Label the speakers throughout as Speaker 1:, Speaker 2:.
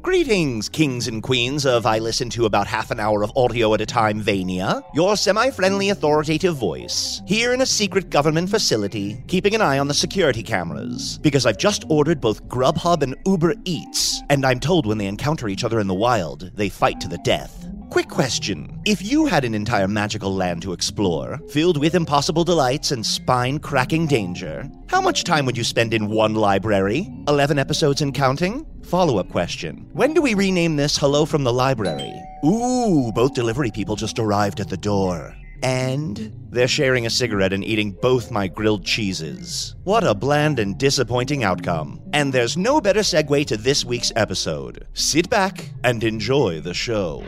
Speaker 1: Greetings, kings and queens of I listen to about half an hour of audio at a time, Vania. Your semi friendly authoritative voice. Here in a secret government facility, keeping an eye on the security cameras. Because I've just ordered both Grubhub and Uber Eats, and I'm told when they encounter each other in the wild, they fight to the death. Quick question. If you had an entire magical land to explore, filled with impossible delights and spine cracking danger, how much time would you spend in one library? 11 episodes and counting? Follow up question. When do we rename this Hello from the Library? Ooh, both delivery people just arrived at the door. And they're sharing a cigarette and eating both my grilled cheeses. What a bland and disappointing outcome. And there's no better segue to this week's episode. Sit back and enjoy the show.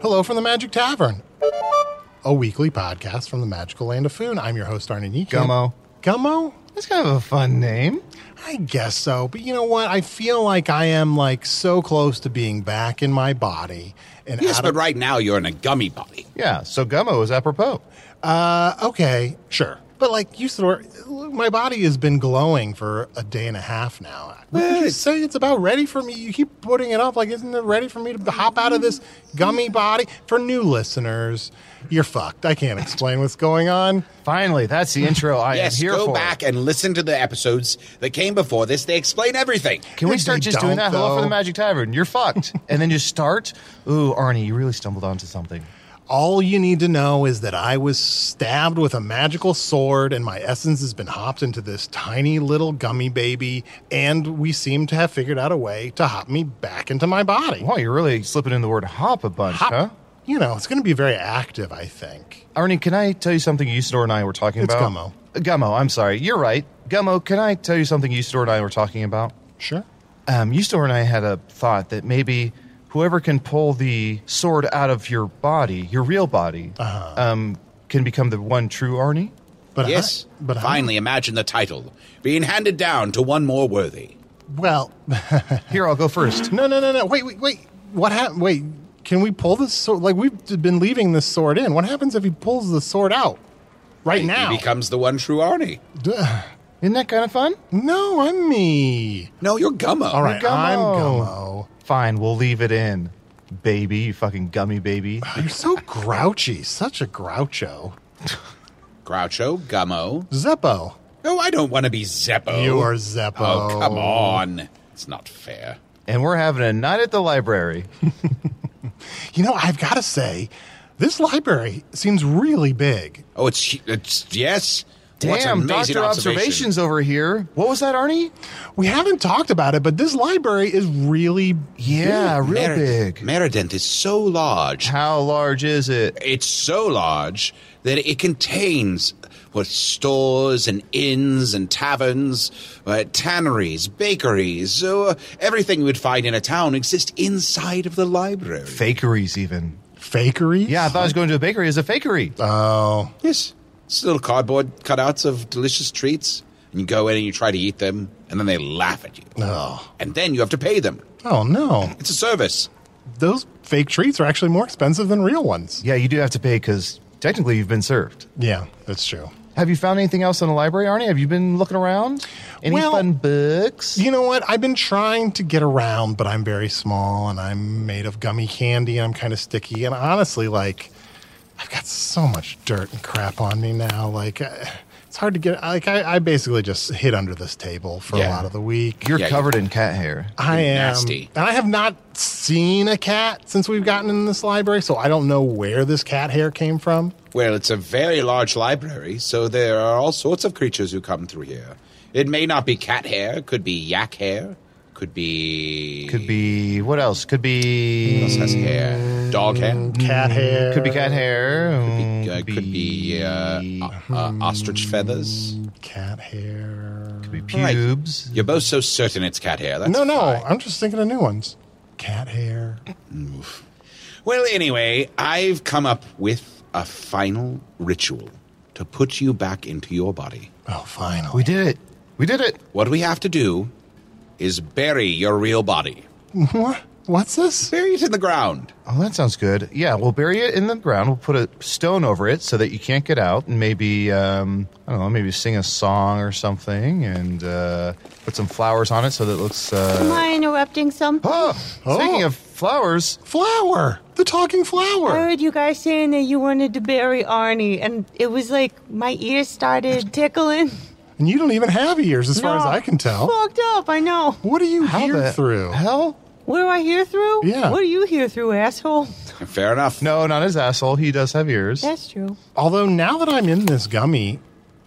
Speaker 2: Hello from the Magic Tavern, a weekly podcast from the magical land of Foon. I'm your host, Arnie Niekamp.
Speaker 3: Gummo.
Speaker 2: Gummo?
Speaker 3: That's kind of a fun name.
Speaker 2: I guess so. But you know what? I feel like I am like so close to being back in my body. And
Speaker 4: Yes,
Speaker 2: out
Speaker 4: but
Speaker 2: of-
Speaker 4: right now you're in a gummy body.
Speaker 3: Yeah, so Gummo is apropos.
Speaker 2: Uh, okay, sure. But like you sort my body has been glowing for a day and a half now. Would you say it's about ready for me? You keep putting it off. Like, isn't it ready for me to hop out of this gummy body? For new listeners, you're fucked. I can't explain what's going on.
Speaker 3: Finally, that's the intro I
Speaker 4: yes,
Speaker 3: am here
Speaker 4: go
Speaker 3: for.
Speaker 4: back and listen to the episodes that came before this. They explain everything.
Speaker 3: Can we
Speaker 2: They
Speaker 3: start just doing
Speaker 2: don't,
Speaker 3: that? Hello from the
Speaker 2: though.
Speaker 3: Magic Tavern. You're fucked. and then just start. Ooh, Arnie, you really stumbled onto something.
Speaker 2: All you need to know is that I was stabbed with a magical sword and my essence has been hopped into this tiny little gummy baby, and we seem to have figured out a way to hop me back into my body.
Speaker 3: Wow, you're really slipping in the word hop a bunch, huh?
Speaker 2: You know, it's going to be very active, I think.
Speaker 3: Arnie, can I tell you something Usador and I were talking
Speaker 2: It's
Speaker 3: about? Uh,
Speaker 2: Gummo.
Speaker 3: Gummo, I'm sorry. You're right. Gummo, can I tell you something Usador and I were talking about?
Speaker 2: Sure.
Speaker 3: Um, Usador and I had a thought that maybe whoever can pull the sword out of your body, your real body,
Speaker 2: Uh-huh.
Speaker 3: um, can become the one true Arnie.
Speaker 2: But
Speaker 4: yes,
Speaker 2: I, but I-
Speaker 4: finally, imagine the title being handed down to one more worthy.
Speaker 2: well,
Speaker 3: Here, I'll go first.
Speaker 2: no, no, no, no. Wait, wait, wait. What happened? Wait, can we pull this sword? Like we've been leaving this sword in. What happens if he pulls the sword out right now?
Speaker 4: He becomes the one true Arnie.
Speaker 2: Duh.
Speaker 3: Isn't that kind of fun?
Speaker 2: no, I'm me.
Speaker 4: No, you're Gummo.
Speaker 2: All right, I'm
Speaker 3: Gummo.
Speaker 2: Gummo.
Speaker 3: Fine, we'll leave it in. Baby, you fucking gummy baby.
Speaker 2: You're so grouchy, such a groucho.
Speaker 4: Groucho, Gummo.
Speaker 2: Zeppo.
Speaker 4: No, I don't want to be Zeppo.
Speaker 2: You are Zeppo.
Speaker 4: Oh, come on. It's not fair.
Speaker 3: And we're having a night at the library.
Speaker 2: You know, I've got to say, this library seems really big.
Speaker 4: Oh, it's it's yes. What's an
Speaker 3: Damn,
Speaker 4: amazing
Speaker 3: Doctor
Speaker 4: observation.
Speaker 3: Observations over here. What was that, Arnie?
Speaker 2: We haven't talked about it, but this library is really.
Speaker 3: Yeah, real
Speaker 4: Merid-
Speaker 3: big.
Speaker 4: Merident is so large.
Speaker 3: How large is it?
Speaker 4: It's so large that it contains what stores and inns and taverns, uh, tanneries, bakeries, uh, everything you would find in a town exists inside of the library.
Speaker 3: Fakeries, even.
Speaker 2: Fakery?
Speaker 3: Yeah, I thought I was going to a bakery as a fakery.
Speaker 2: Oh.
Speaker 4: Yes. It's little cardboard cutouts of delicious treats, and you go in and you try to eat them, and then they laugh at you.
Speaker 2: Oh.
Speaker 4: And then you have to pay them.
Speaker 2: Oh, no.
Speaker 4: It's a service.
Speaker 2: Those fake treats are actually more expensive than real ones.
Speaker 3: yeah, you do have to pay because technically you've been served.
Speaker 2: Yeah, that's true.
Speaker 3: Have you found anything else in the library, Arnie? Have you been looking around? Any
Speaker 2: Well,
Speaker 3: fun books?
Speaker 2: You know what? I've been trying to get around, but I'm very small and I'm made of gummy candy and I'm kind of sticky. And honestly, like, I've got so much dirt and crap on me now. Like, uh, it's hard to get. Like, I, I basically just hid under this table for a
Speaker 4: Yeah.
Speaker 2: lot of the week.
Speaker 3: You're
Speaker 4: Yeah,
Speaker 3: covered in cat hair.
Speaker 2: I
Speaker 4: You're
Speaker 2: am.
Speaker 4: nasty.
Speaker 2: And I have not seen a cat since we've gotten in this library, so I don't know where this cat hair came from.
Speaker 4: Well, it's a very large library, so there are all sorts of creatures who come through here. It may not be cat hair, it could be yak hair, could be.
Speaker 3: Could be what else? Could
Speaker 4: What
Speaker 3: be
Speaker 4: else has hair? Dog hair?
Speaker 2: Cat hair.
Speaker 3: could be cat hair.
Speaker 4: Be- uh, could be uh, o- uh, ostrich feathers.
Speaker 2: Cat hair.
Speaker 3: Could be um, pubes.
Speaker 4: You're both so certain it's cat hair. That's
Speaker 2: no, no.
Speaker 4: fine.
Speaker 2: I'm just thinking of new ones. Cat hair.
Speaker 4: Well, anyway, I've come up with a final ritual to put you back into your body.
Speaker 2: Oh, finally.
Speaker 3: We did it. We did it.
Speaker 4: What we have to do is bury your real body.
Speaker 2: What? What's this?
Speaker 4: Bury it in the ground.
Speaker 3: Oh, that sounds good. Yeah, we'll bury it in the ground. We'll put a stone over it so that you can't get out, and maybe um, I don't know, maybe sing a song or something, and uh, put some flowers on it so that it looks.
Speaker 5: Am
Speaker 3: Uh,
Speaker 5: I interrupting something?
Speaker 3: oh, speaking of flowers,
Speaker 2: Flower. The talking
Speaker 5: I
Speaker 2: flower.
Speaker 5: heard you guys saying that you wanted to bury Arnie, and it was like my ears started tickling.
Speaker 2: And you don't even have ears, as far as
Speaker 5: No.
Speaker 2: I can tell.
Speaker 5: Fucked up, I know.
Speaker 2: What do you
Speaker 3: how
Speaker 2: hear
Speaker 3: the
Speaker 2: through?
Speaker 3: hell?
Speaker 5: What do I hear through?
Speaker 2: Yeah.
Speaker 5: What do you hear through, asshole?
Speaker 4: Fair enough.
Speaker 3: No, not his asshole. He does have ears.
Speaker 5: That's true.
Speaker 2: Although now that I'm in this gummy,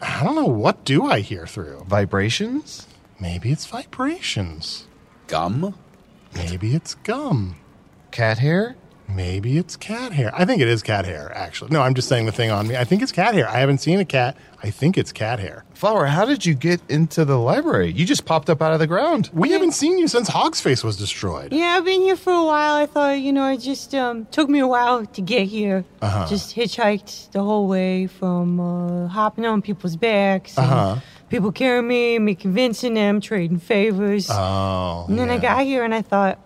Speaker 2: I don't know what do I hear through.
Speaker 3: Vibrations.
Speaker 2: Maybe it's vibrations.
Speaker 4: Gum?
Speaker 2: Maybe it's gum.
Speaker 3: Cat hair.
Speaker 2: Maybe it's cat hair. I think it is cat hair, actually. No, I'm just saying the thing on me. I think it's cat hair. I haven't seen a cat. I think it's cat hair.
Speaker 3: Flower, how did you get into the library? You just popped up out of the ground.
Speaker 2: We haven't seen you since Hogsface was destroyed.
Speaker 5: Yeah, I've been here for a while. I thought, you know, it just um, took me a while to get here. Uh-huh. Just hitchhiked the whole way from uh, hopping on people's backs. and
Speaker 2: Uh-huh.
Speaker 5: People carrying me, me convincing them, trading favors.
Speaker 2: Oh.
Speaker 5: And then I got here and I thought,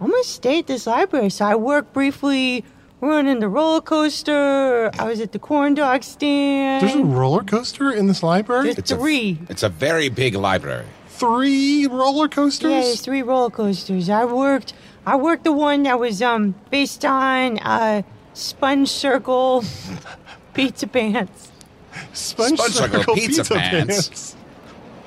Speaker 5: I'm going to stay at this library. So I worked briefly running the roller coaster. I was at the corn dog stand.
Speaker 2: There's a roller coaster in this library?
Speaker 5: There's three.
Speaker 4: It's a very big library.
Speaker 2: Three roller
Speaker 5: Yeah,
Speaker 2: coasters?
Speaker 5: there's three roller coasters. I worked. I worked the one that was um based on uh Sponge Circle Pizza Pants.
Speaker 2: Sponge,
Speaker 4: Sponge Circle Pizza Pants.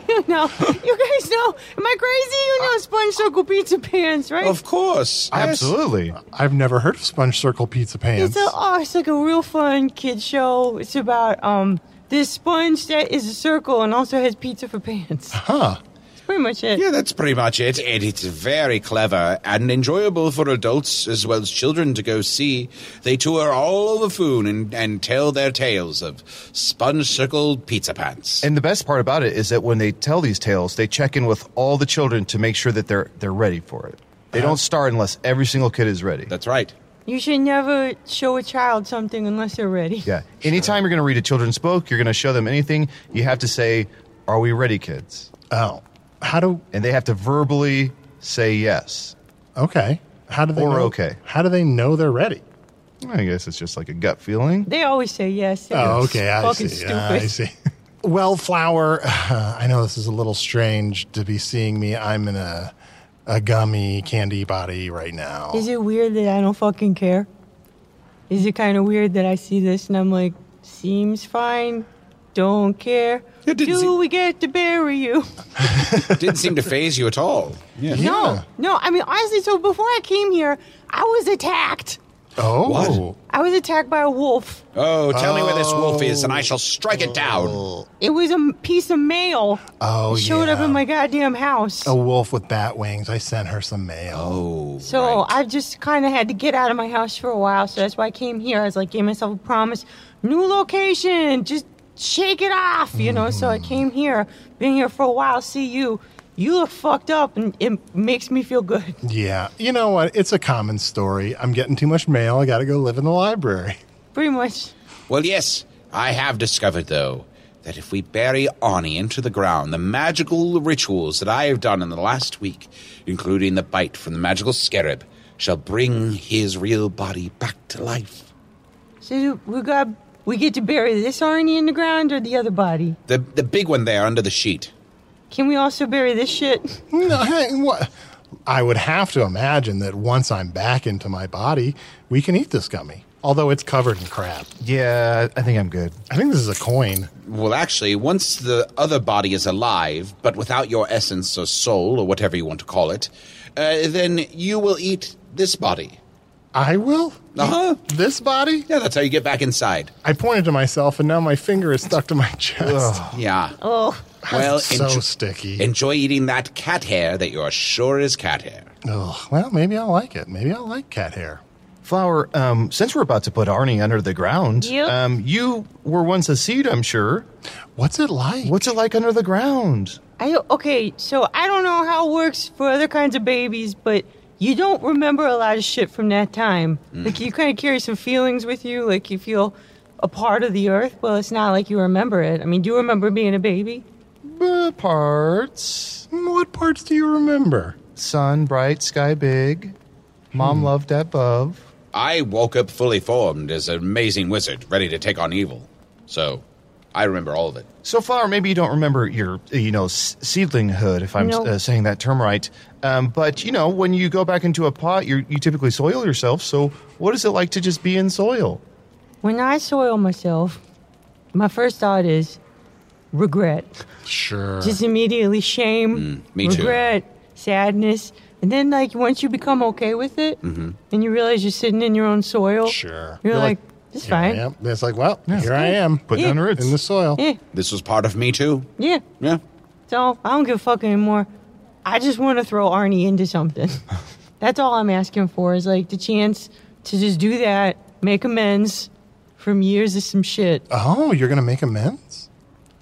Speaker 5: You know, you guys know. Am I crazy? You know Sponge Circle Pizza Pants, right?
Speaker 4: Of course.
Speaker 3: Absolutely.
Speaker 2: I've never heard of Sponge Circle Pizza Pants.
Speaker 5: It's a, oh, it's like a real fun kid show. It's about um this sponge that is a circle and also has pizza for pants.
Speaker 2: huh.
Speaker 5: That's pretty much it.
Speaker 4: Yeah, that's pretty much it. And it's very clever and enjoyable for adults as well as children to go see. They tour all over Foon and, and tell their tales of sponge circled pizza pants.
Speaker 3: And the best part about it is that when they tell these tales, they check in with all the children to make sure that they're they're ready for it. They don't start unless every single kid is ready.
Speaker 4: that's right.
Speaker 5: You should never show a child something unless they're ready.
Speaker 3: Yeah. Anytime you're going to read a children's book, you're going to show them anything, you have to say, "Are we ready, kids?"
Speaker 2: Oh. How do.
Speaker 3: And they have to verbally say yes.
Speaker 2: Okay. How do they
Speaker 3: Or
Speaker 2: know?
Speaker 3: okay.
Speaker 2: How do they know they're ready?
Speaker 3: I guess it's just like a gut feeling.
Speaker 5: They always say yes.
Speaker 2: Oh,
Speaker 5: It's
Speaker 2: okay. I
Speaker 5: fucking
Speaker 2: see.
Speaker 5: Stupid.
Speaker 2: I see. Well, Flower, I know this is a little strange to be seeing me. I'm in a, a gummy candy body right now.
Speaker 5: Is it weird that I don't fucking care? Is it kind of weird that I see this and I'm like, seems fine, don't care.
Speaker 4: It
Speaker 5: Do
Speaker 4: didn't seem-
Speaker 5: we get to bury you?
Speaker 4: It didn't seem to phase you at all. Yeah.
Speaker 2: Yeah.
Speaker 5: No, I mean honestly. So before I came here, I was attacked.
Speaker 2: Oh.
Speaker 4: What?
Speaker 5: I was attacked by a wolf.
Speaker 4: Oh, tell me where this wolf is and I shall strike it down.
Speaker 5: It was a m- piece of mail.
Speaker 2: Oh,
Speaker 5: It showed up
Speaker 2: yeah. Oh,
Speaker 5: in my goddamn house.
Speaker 2: A wolf with bat wings. I sent her some mail.
Speaker 4: Oh,
Speaker 5: So
Speaker 4: right.
Speaker 5: I just kind of had to get out of my house for a while. So that's why I came here. I was like, gave myself a promise new location, just shake it off, you know. So
Speaker 2: Mm-hmm.
Speaker 5: I came here, been here for a while, see you. You look fucked up, and it makes me feel good.
Speaker 2: Yeah. You know what? It's a common story. I'm getting too much mail. I got to go live in the library.
Speaker 5: Pretty much.
Speaker 4: Well, yes, I have discovered, though, that if we bury Arnie into the ground, the magical rituals that I have done in the last week, including the bite from the magical scarab, shall bring his real body back to life.
Speaker 5: So we got we get to bury this Arnie in the ground or the other body.
Speaker 4: The, the big one there under the sheet.
Speaker 5: Can we also bury this shit?
Speaker 2: No, hey, what? I would have to imagine that once I'm back into my body, we can eat this gummy. Although it's covered in crap.
Speaker 3: Yeah, I think I'm good.
Speaker 2: I think this is a coin.
Speaker 4: Well, actually, once the other body is alive, but without your essence or soul or whatever you want to call it, uh, then you will eat this body.
Speaker 2: I will?
Speaker 4: Uh
Speaker 3: Uh-huh.
Speaker 4: huh.
Speaker 2: This body?
Speaker 4: Yeah, that's how you get back inside.
Speaker 2: I pointed to myself and now my finger is stuck to my chest.
Speaker 4: Yeah.
Speaker 5: Oh,
Speaker 4: well,
Speaker 2: so
Speaker 4: enjo-
Speaker 2: sticky.
Speaker 4: Enjoy eating that cat hair that you are sure is cat hair.
Speaker 2: Ugh, well, maybe I'll like it. Maybe I'll like cat hair.
Speaker 3: Flower, um, since we're about to put Arnie under the ground,
Speaker 5: Yep.
Speaker 3: um, you were once a seed, I'm sure.
Speaker 2: What's it like?
Speaker 3: What's it like under the ground?
Speaker 5: I okay. So I don't know how it works for other kinds of babies, but you don't remember a lot of shit from that time.
Speaker 4: Mm.
Speaker 5: Like you kind of carry some feelings with you. Like you feel a part of the earth. Well, it's not like you remember it. I mean, do you remember being a baby?
Speaker 3: Uh, parts.
Speaker 2: What parts do you remember?
Speaker 3: Sun bright, sky big. Mom loved above.
Speaker 4: I woke up fully formed as an amazing wizard, ready to take on evil. So, I remember all of it.
Speaker 3: So far, maybe you don't remember your, uh, you know, s- seedlinghood, if I'm
Speaker 5: No.
Speaker 3: uh, saying that term right. Um, but you know, when you go back into a pot, you you typically soil yourself. So, what is it like to just be in soil?
Speaker 5: When I soil myself, my first thought is regret.
Speaker 2: Sure.
Speaker 5: Just immediately shame,
Speaker 4: Mm, me too.
Speaker 5: regret, sadness. And then, like, once you become okay with it
Speaker 4: Mm-hmm.
Speaker 5: and you realize you're sitting in your own soil,
Speaker 2: Sure.
Speaker 5: you're,
Speaker 3: You're like,
Speaker 5: like, it's
Speaker 2: I
Speaker 5: fine.
Speaker 2: am. It's like, well, here I am.
Speaker 3: Put it
Speaker 5: Yeah.
Speaker 3: under
Speaker 2: in the
Speaker 3: roots.
Speaker 2: soil.
Speaker 5: Yeah,
Speaker 4: This was part of me too.
Speaker 5: yeah.
Speaker 4: Yeah.
Speaker 5: So I don't give a fuck anymore. I just want to throw Arnie into something. That's all I'm asking for is like the chance to just do that, make amends from years of some shit.
Speaker 2: Oh, you're going to make amends?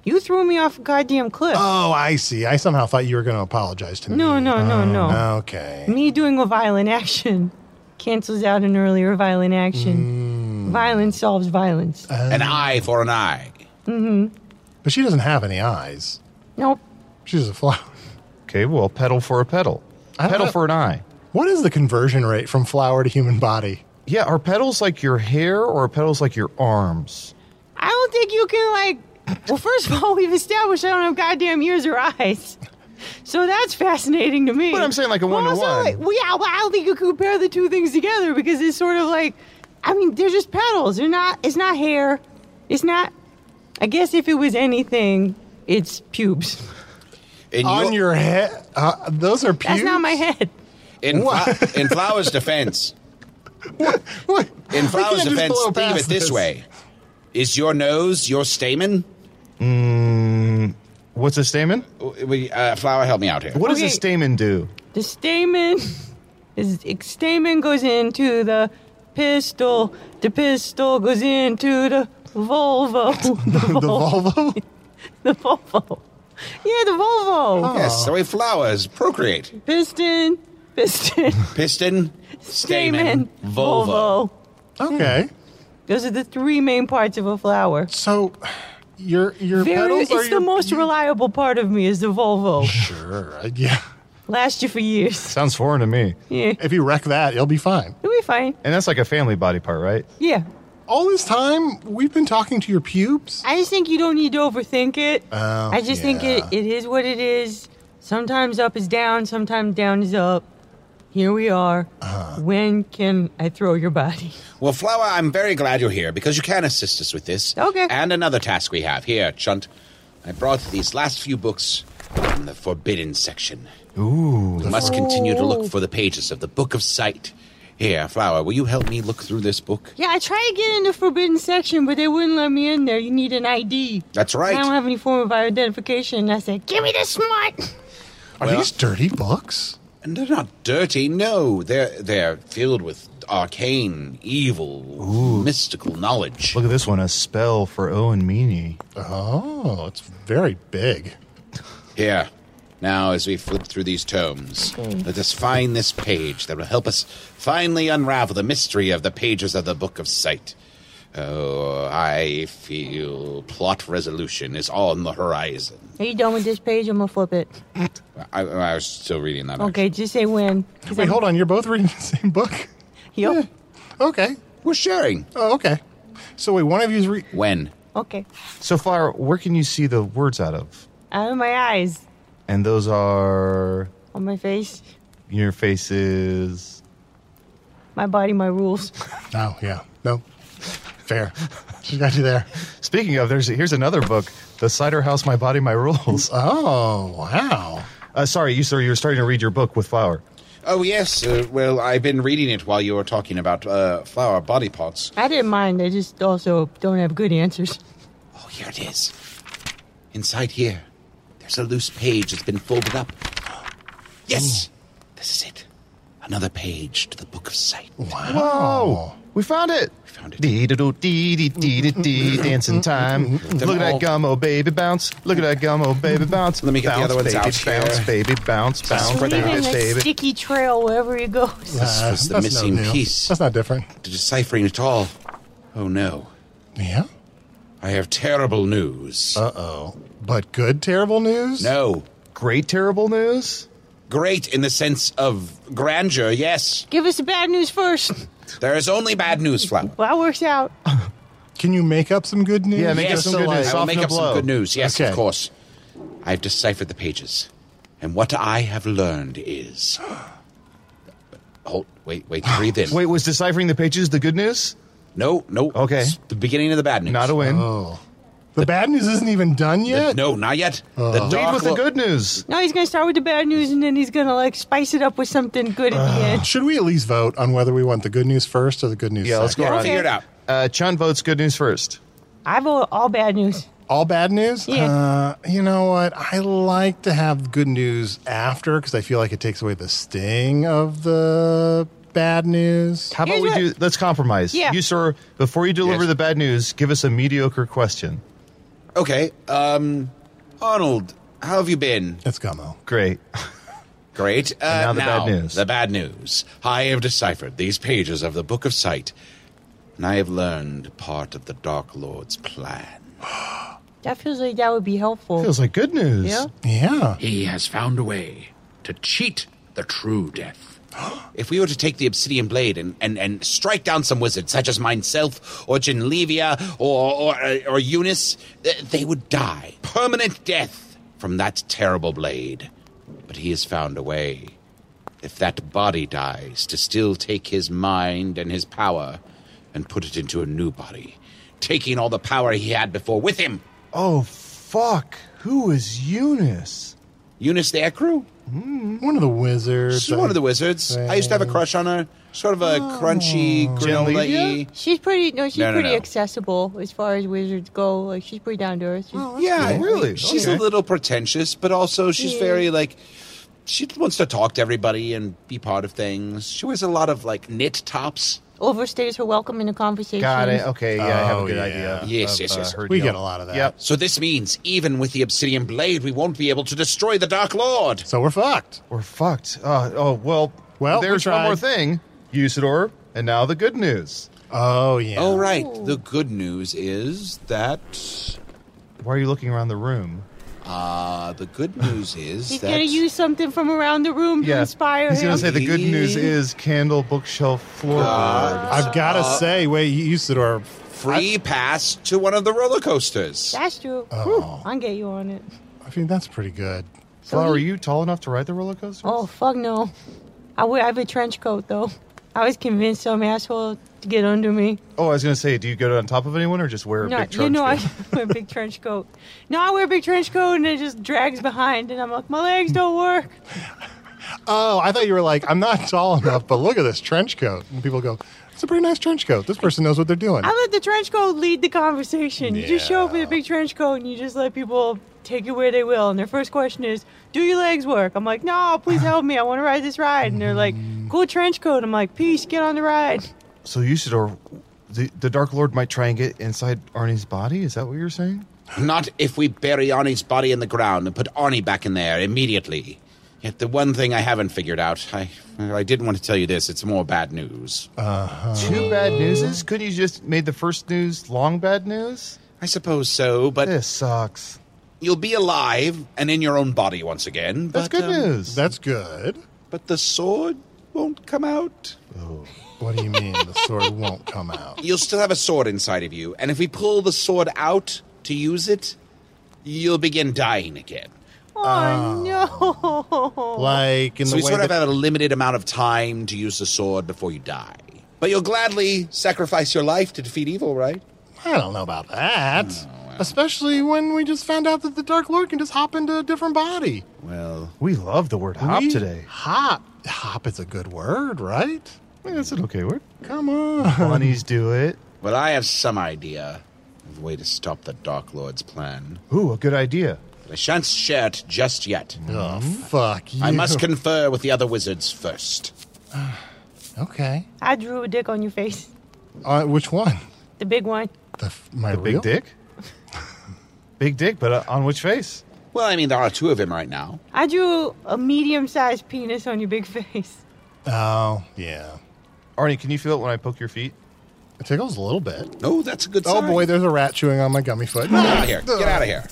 Speaker 5: You threw me off a goddamn cliff.
Speaker 2: Oh, I see. I somehow thought you were going to apologize to me. Oh,
Speaker 5: no, no, no, no.
Speaker 2: Okay.
Speaker 5: Me doing a violent action cancels out an earlier violent action. Violence solves violence.
Speaker 2: Um,
Speaker 4: An eye for an eye.
Speaker 2: But she doesn't have any eyes.
Speaker 5: nope.
Speaker 2: She's a flower.
Speaker 3: Okay, well, pedal for a pedal,
Speaker 2: I don't
Speaker 3: pedal
Speaker 2: know.
Speaker 3: for an eye.
Speaker 2: What is the conversion rate from flower to human body?
Speaker 3: Yeah, are petals like your hair or are petals like your arms?
Speaker 5: I don't think you can like. Well, first of all, we've established I don't have goddamn ears or eyes. So that's fascinating to me.
Speaker 3: But I'm saying like a
Speaker 5: Well,
Speaker 3: one-to-one.
Speaker 5: also, like, well, yeah, well, I don't think you can compare the two things together because it's sort of like, I mean, they're just petals. They're not. It's not hair. It's not. I guess if it was anything, it's pubes.
Speaker 4: In
Speaker 2: On your head? Uh, those are pubes?
Speaker 5: That's not my head.
Speaker 4: in, Fla- in Flower's defense,
Speaker 2: What?
Speaker 4: in
Speaker 2: We
Speaker 4: Flower's
Speaker 2: can't just
Speaker 4: defense,
Speaker 2: blow
Speaker 4: think of it
Speaker 2: past
Speaker 4: this way: Is your nose your stamen?
Speaker 3: What's a stamen?
Speaker 4: W- we- Uh, Flower, help me out here.
Speaker 3: What does a
Speaker 5: Okay.
Speaker 3: stamen do?
Speaker 5: The stamen is stamen goes into the pistol. The pistol goes into the Volvo.
Speaker 2: The Volvo?
Speaker 5: The Volvo. Yeah, the Volvo.
Speaker 4: Yes, the way flowers procreate:
Speaker 5: Piston, piston,
Speaker 4: piston, stamen,
Speaker 5: stamen,
Speaker 4: Volvo.
Speaker 2: Okay.
Speaker 5: Those are the three main parts of a flower.
Speaker 2: So your your
Speaker 5: Very,
Speaker 2: pedals
Speaker 5: it's
Speaker 2: are
Speaker 5: the
Speaker 2: your
Speaker 5: most
Speaker 2: pubes?
Speaker 5: reliable part of me is the Volvo.
Speaker 2: Sure. uh, Yeah.
Speaker 5: Lasts you for years.
Speaker 3: Sounds foreign to me.
Speaker 5: Yeah,
Speaker 2: If you wreck that, you'll be fine.
Speaker 5: it'll be fine.
Speaker 3: And that's like a family body part, right?
Speaker 5: Yeah,
Speaker 2: All this time, we've been talking to your pubes.
Speaker 5: I just think you don't need to overthink it.
Speaker 2: Oh,
Speaker 5: I just think it,
Speaker 2: yeah.
Speaker 5: it is what it is. Sometimes up is down, sometimes down is up. Here we are.
Speaker 2: Uh-huh.
Speaker 5: When can I throw your body?
Speaker 4: Well, Flower, I'm very glad you're here because you can assist us with this.
Speaker 5: Okay.
Speaker 4: And another task we have here, Chunt. I brought these last few books from the Forbidden section. Ooh. We must continue to look for the pages of the Book of Sight. Here, Flower, will you help me look through this book?
Speaker 5: Yeah, I tried to get in the forbidden section, but they wouldn't let me in there. You need an ID.
Speaker 4: That's right.
Speaker 5: I don't have any form of identification. And I said, give me the smart.
Speaker 2: Are
Speaker 4: Well-
Speaker 2: these dirty books?
Speaker 4: And they're not dirty. No, they're they're filled with arcane, evil, mystical knowledge.
Speaker 3: Look at this one a spell for Owen Meany.
Speaker 2: Oh, it's very big.
Speaker 4: Here. Now, as we flip through these tomes, let us find this page that will help us finally unravel the mystery of the pages of the Book of Sight. Oh, I feel plot resolution is on the horizon.
Speaker 5: Are you done with this page? I'm gonna flip it.
Speaker 4: I, I was still reading that.
Speaker 5: Okay, just say when. 'cause
Speaker 2: Wait,
Speaker 5: I'm-
Speaker 2: hold on. You're both reading the same book?
Speaker 5: Yep.
Speaker 2: Okay.
Speaker 4: actually. We're sharing.
Speaker 2: Oh, okay. So wait, one of you's re-
Speaker 4: When?
Speaker 5: Okay.
Speaker 3: So far, where can you see the words out of?
Speaker 5: Out of my eyes,
Speaker 3: And those are
Speaker 5: on my face,
Speaker 3: your faces.
Speaker 5: my body, my rules.
Speaker 2: Oh, yeah. No. Fair. She got you there.
Speaker 3: Speaking of, there's here's another book, The Cider House, My Body, My Rules.
Speaker 2: Oh, wow.
Speaker 3: Uh, sorry, you sir, you were starting to read your book with flour.
Speaker 4: Oh, yes. Uh, well, I've been reading it while you were talking about uh, flower body parts.
Speaker 5: I didn't mind. I just also don't have good answers.
Speaker 4: Oh, here it is. Inside here, there's a loose page that's been folded up. Yes! This is it. Another page to the Book of Sight.
Speaker 3: Whoa! We found it. We
Speaker 4: found it.
Speaker 3: Dee doo dee dee dee dee dee. Dancing time. Look at that gummo baby bounce. Look at that gummo baby bounce.
Speaker 4: Let me get the
Speaker 3: bounce,
Speaker 4: other ones
Speaker 3: baby,
Speaker 4: out here.
Speaker 3: Bounce, baby, bounce, bounce,
Speaker 4: spread
Speaker 5: Leaving
Speaker 4: it
Speaker 3: baby,
Speaker 5: a
Speaker 4: out.
Speaker 3: baby.
Speaker 5: sticky trail wherever he goes.
Speaker 4: This
Speaker 2: Uh,
Speaker 4: was
Speaker 2: that's
Speaker 4: the
Speaker 2: no
Speaker 4: missing
Speaker 2: new.
Speaker 4: piece
Speaker 2: That's not different.
Speaker 4: to deciphering it all. Oh, no.
Speaker 2: Yeah.
Speaker 4: I have terrible news.
Speaker 2: Uh oh. But good, terrible news?
Speaker 4: no.
Speaker 3: Great terrible news.
Speaker 4: Great in the sense of grandeur, yes.
Speaker 5: Give us the bad news first.
Speaker 4: There is only bad news, Flower.
Speaker 5: Well, that works out.
Speaker 2: Can you make up some good news?
Speaker 3: Yeah, make-
Speaker 4: yes,
Speaker 3: us some good news.
Speaker 4: I will
Speaker 3: Soften
Speaker 4: make
Speaker 3: the
Speaker 4: up some
Speaker 3: blow.
Speaker 4: good news. Yes,
Speaker 2: Okay.
Speaker 4: of course. I've deciphered the pages, and what I have learned is. Hold, wait, wait, breathe in.
Speaker 3: Wait, was deciphering the pages the good news?
Speaker 4: no, no.
Speaker 3: Okay.
Speaker 4: It's the beginning of the bad news.
Speaker 3: Not a win.
Speaker 2: Oh. the bad news isn't even done yet?
Speaker 4: No, not yet. the
Speaker 3: Uh-huh. Lead
Speaker 4: dark
Speaker 3: with the
Speaker 4: lo-
Speaker 3: good news.
Speaker 5: No, he's gonna start with the bad news and then he's gonna like spice it up with something good at the end.
Speaker 2: Should we at least vote on whether we want the good news first or the good news
Speaker 3: Yeah, let's
Speaker 2: second?
Speaker 3: go
Speaker 4: Yeah,
Speaker 3: on.
Speaker 4: figure it out.
Speaker 3: Uh, Chun votes good news first.
Speaker 5: I vote all bad news.
Speaker 2: All bad news?
Speaker 5: Yeah.
Speaker 2: Uh, you know what? I like to have good news after because I feel like it takes away the sting of the bad news.
Speaker 3: How about
Speaker 5: Here's
Speaker 3: we
Speaker 5: what-
Speaker 3: do? Let's compromise.
Speaker 5: Yeah.
Speaker 3: You sir, before you deliver
Speaker 4: Yes.
Speaker 3: the bad news, give us a mediocre question.
Speaker 4: Okay. Um, Arnold, how have you been?
Speaker 2: It's gummo.
Speaker 3: Great.
Speaker 4: Great. Uh,
Speaker 3: now the bad news.
Speaker 4: The bad news. I have deciphered these pages of the Book of Sight, and I have learned part of the Dark Lord's plan.
Speaker 5: That feels like that would be helpful.
Speaker 3: Feels like good news.
Speaker 5: yeah.
Speaker 2: Yeah.
Speaker 6: He has found a way to cheat the true death.
Speaker 4: If we were to take the obsidian blade and, and, and strike down some wizards, such as myself or Genlevia or or, uh, or Eunice, th- they would die. Permanent death from that terrible blade. But he has found a way, if that body dies, to still take his mind and his power and put it into a new body, taking all the power he had before with him.
Speaker 3: Oh fuck! Who is Eunice?
Speaker 4: Eunice the Ecru?
Speaker 2: One of the wizards.
Speaker 4: She's one of the
Speaker 2: I-
Speaker 4: wizards. I used to have a crush on her. Sort of a crunchy, granola
Speaker 3: Genlevia?
Speaker 5: She's pretty no, she's
Speaker 4: No, no,
Speaker 5: pretty
Speaker 4: no.
Speaker 5: accessible as far as wizards go. Like she's pretty down to earth. She's-
Speaker 4: Yeah,
Speaker 3: cool. Really?
Speaker 4: She's
Speaker 3: Okay.
Speaker 4: a little pretentious, but also she's very like she wants to talk to everybody and be part of things. She wears a lot of like knit tops.
Speaker 5: overstays her welcome in a conversation.
Speaker 3: Got it. Okay. Yeah, I have a
Speaker 2: Oh,
Speaker 3: good
Speaker 2: yeah.
Speaker 3: idea. of-
Speaker 4: Yes,
Speaker 3: of,
Speaker 4: yes,
Speaker 3: uh,
Speaker 4: yes.
Speaker 3: her
Speaker 2: We
Speaker 3: deal.
Speaker 2: get a lot of that.
Speaker 3: Yep.
Speaker 4: So this means even with the obsidian blade, we won't be able to destroy the Dark Lord.
Speaker 2: So we're fucked.
Speaker 3: We're fucked. Uh, oh well.
Speaker 2: Well, we
Speaker 3: there's one
Speaker 2: tried.
Speaker 3: more thing, Usador, and now the good news.
Speaker 2: Oh, yeah.
Speaker 4: All right. The good news is that
Speaker 3: Why are you looking around the room?
Speaker 4: uh the good news is
Speaker 5: He's
Speaker 4: that
Speaker 5: gonna use something from around the room to inspire
Speaker 3: He's
Speaker 5: him.
Speaker 3: gonna say the good news
Speaker 4: Okay.
Speaker 3: is candle bookshelf floorboard.
Speaker 2: I've got to
Speaker 5: Uh,
Speaker 3: Uh,
Speaker 2: say, wait, you Usador.
Speaker 4: free pass to one of the roller coasters.
Speaker 5: That's true.
Speaker 3: "Oh."
Speaker 5: I'll get you on it.
Speaker 2: I think that's pretty good.
Speaker 5: So
Speaker 3: Flower, are
Speaker 5: he-
Speaker 3: you tall enough to ride the roller coaster?
Speaker 5: Oh fuck no! I wear I have a trench coat though. I was convinced some asshole to get under me.
Speaker 3: Oh, I was gonna say, do you go on top of anyone or just wear a
Speaker 5: No,
Speaker 3: big
Speaker 5: you
Speaker 3: trench
Speaker 5: know I
Speaker 3: coat?
Speaker 5: wear a big trench coat. No, I wear a big trench coat and it just drags behind, and I'm like, my legs don't work.
Speaker 2: Oh, I thought you were like, I'm not tall enough, but look at this trench coat. And people go, it's a pretty nice trench coat. This person knows what they're doing.
Speaker 5: I let the trench coat lead the conversation. You just show up with a
Speaker 2: Yeah.
Speaker 5: big trench coat and you just let people take you where they will. And their first question is, do your legs work? I'm like, no, please help me. I want to ride this ride. And they're like, cool trench coat. I'm like, peace, get on the ride.
Speaker 3: So Usador, the, the Dark Lord might try and get inside Arnie's body. Is that what you're saying?
Speaker 4: Not if we bury Arnie's body in the ground and put Arnie back in there immediately. Yet the one thing I haven't figured out, I, I didn't want to tell you this, it's more bad news.
Speaker 2: Uh,
Speaker 3: Two bad newses? Couldn't you just made the first news long bad news?
Speaker 4: I suppose so, but
Speaker 3: This sucks.
Speaker 4: you'll be alive and in your own body once again.
Speaker 3: That's
Speaker 4: but,
Speaker 3: good
Speaker 4: um,
Speaker 3: news.
Speaker 2: That's good.
Speaker 4: But the sword won't come out.
Speaker 2: What do you mean the sword won't come out?
Speaker 4: You'll still have a sword inside of you, and if we pull the sword out to use it, you'll begin dying again.
Speaker 5: Oh, no.
Speaker 2: Like in
Speaker 4: So
Speaker 2: the
Speaker 4: we
Speaker 2: way
Speaker 4: sort of
Speaker 2: that-
Speaker 4: have a limited amount of time to use the sword before you die. But you'll gladly sacrifice your life to defeat evil, right?
Speaker 2: I don't know about that. Especially when we just found out that the Dark Lord can just hop into a different body.
Speaker 4: Well,
Speaker 3: we love the word hop
Speaker 2: We-
Speaker 3: today.
Speaker 2: Hop. Hop is a good word, right?
Speaker 3: Yeah, that's an okay word.
Speaker 2: Come on.
Speaker 3: Bunnies do it.
Speaker 4: well, I have some idea of a way to stop the Dark Lord's plan,
Speaker 3: Ooh, a good idea.
Speaker 4: but I shan't share it just yet.
Speaker 2: Oh, fuck you.
Speaker 4: I must confer with the other wizards first.
Speaker 2: Okay.
Speaker 5: I drew a dick on your face.
Speaker 2: Uh, which one?
Speaker 5: The big one.
Speaker 2: The f- my
Speaker 3: The
Speaker 2: real?
Speaker 3: big dick? big dick, but uh, on which face?
Speaker 4: Well, I mean, there are two of him right now.
Speaker 5: I drew a medium sized penis on your big face.
Speaker 2: Oh, yeah.
Speaker 3: Arnie, can you feel it when I poke your feet?
Speaker 2: It tickles a little bit.
Speaker 4: Oh, that's a good
Speaker 2: Oh
Speaker 4: sign.
Speaker 2: boy, there's a rat chewing on my gummy foot.
Speaker 4: Get out of here. Get out of here.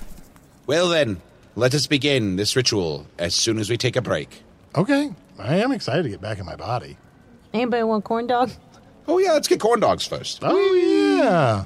Speaker 4: Well, then, let us begin this ritual as soon as we take a break.
Speaker 2: Okay. I am excited to get back in my body.
Speaker 5: Anybody want corn dog?
Speaker 4: Oh, yeah, let's get corn dogs first.
Speaker 2: Oh yeah.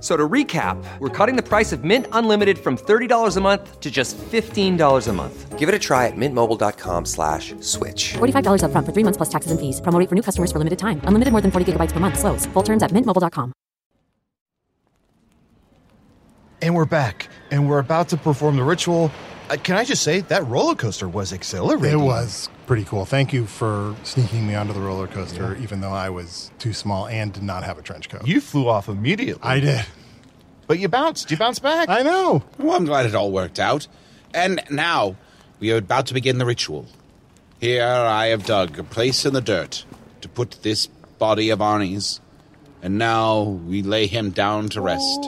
Speaker 7: So to recap, we're cutting the price of Mint Unlimited from $30 a month to just $15 a month. Give it a try at mintmobile.com slash switch.
Speaker 8: $45 upfront for three months plus taxes and fees. Promo rate for new customers for limited time. Unlimited more than 40 gigabytes per month. Slows. Full terms at mintmobile.com.
Speaker 3: And we're back, and we're about to perform the ritual. Uh, can I just say that roller coaster was
Speaker 2: It
Speaker 3: exhilarating?
Speaker 2: was pretty cool. Thank you for sneaking me onto the roller coaster, even though I was too small and did not have a trench coat.
Speaker 3: You flew off immediately,
Speaker 2: I did.
Speaker 3: but you bounced. You bounced back.
Speaker 2: I know.
Speaker 4: Well, I'm glad it all worked out. And now, we are about to begin the ritual. Here I have dug a place in the dirt to put this body of Arnie's, and now we lay him down to rest,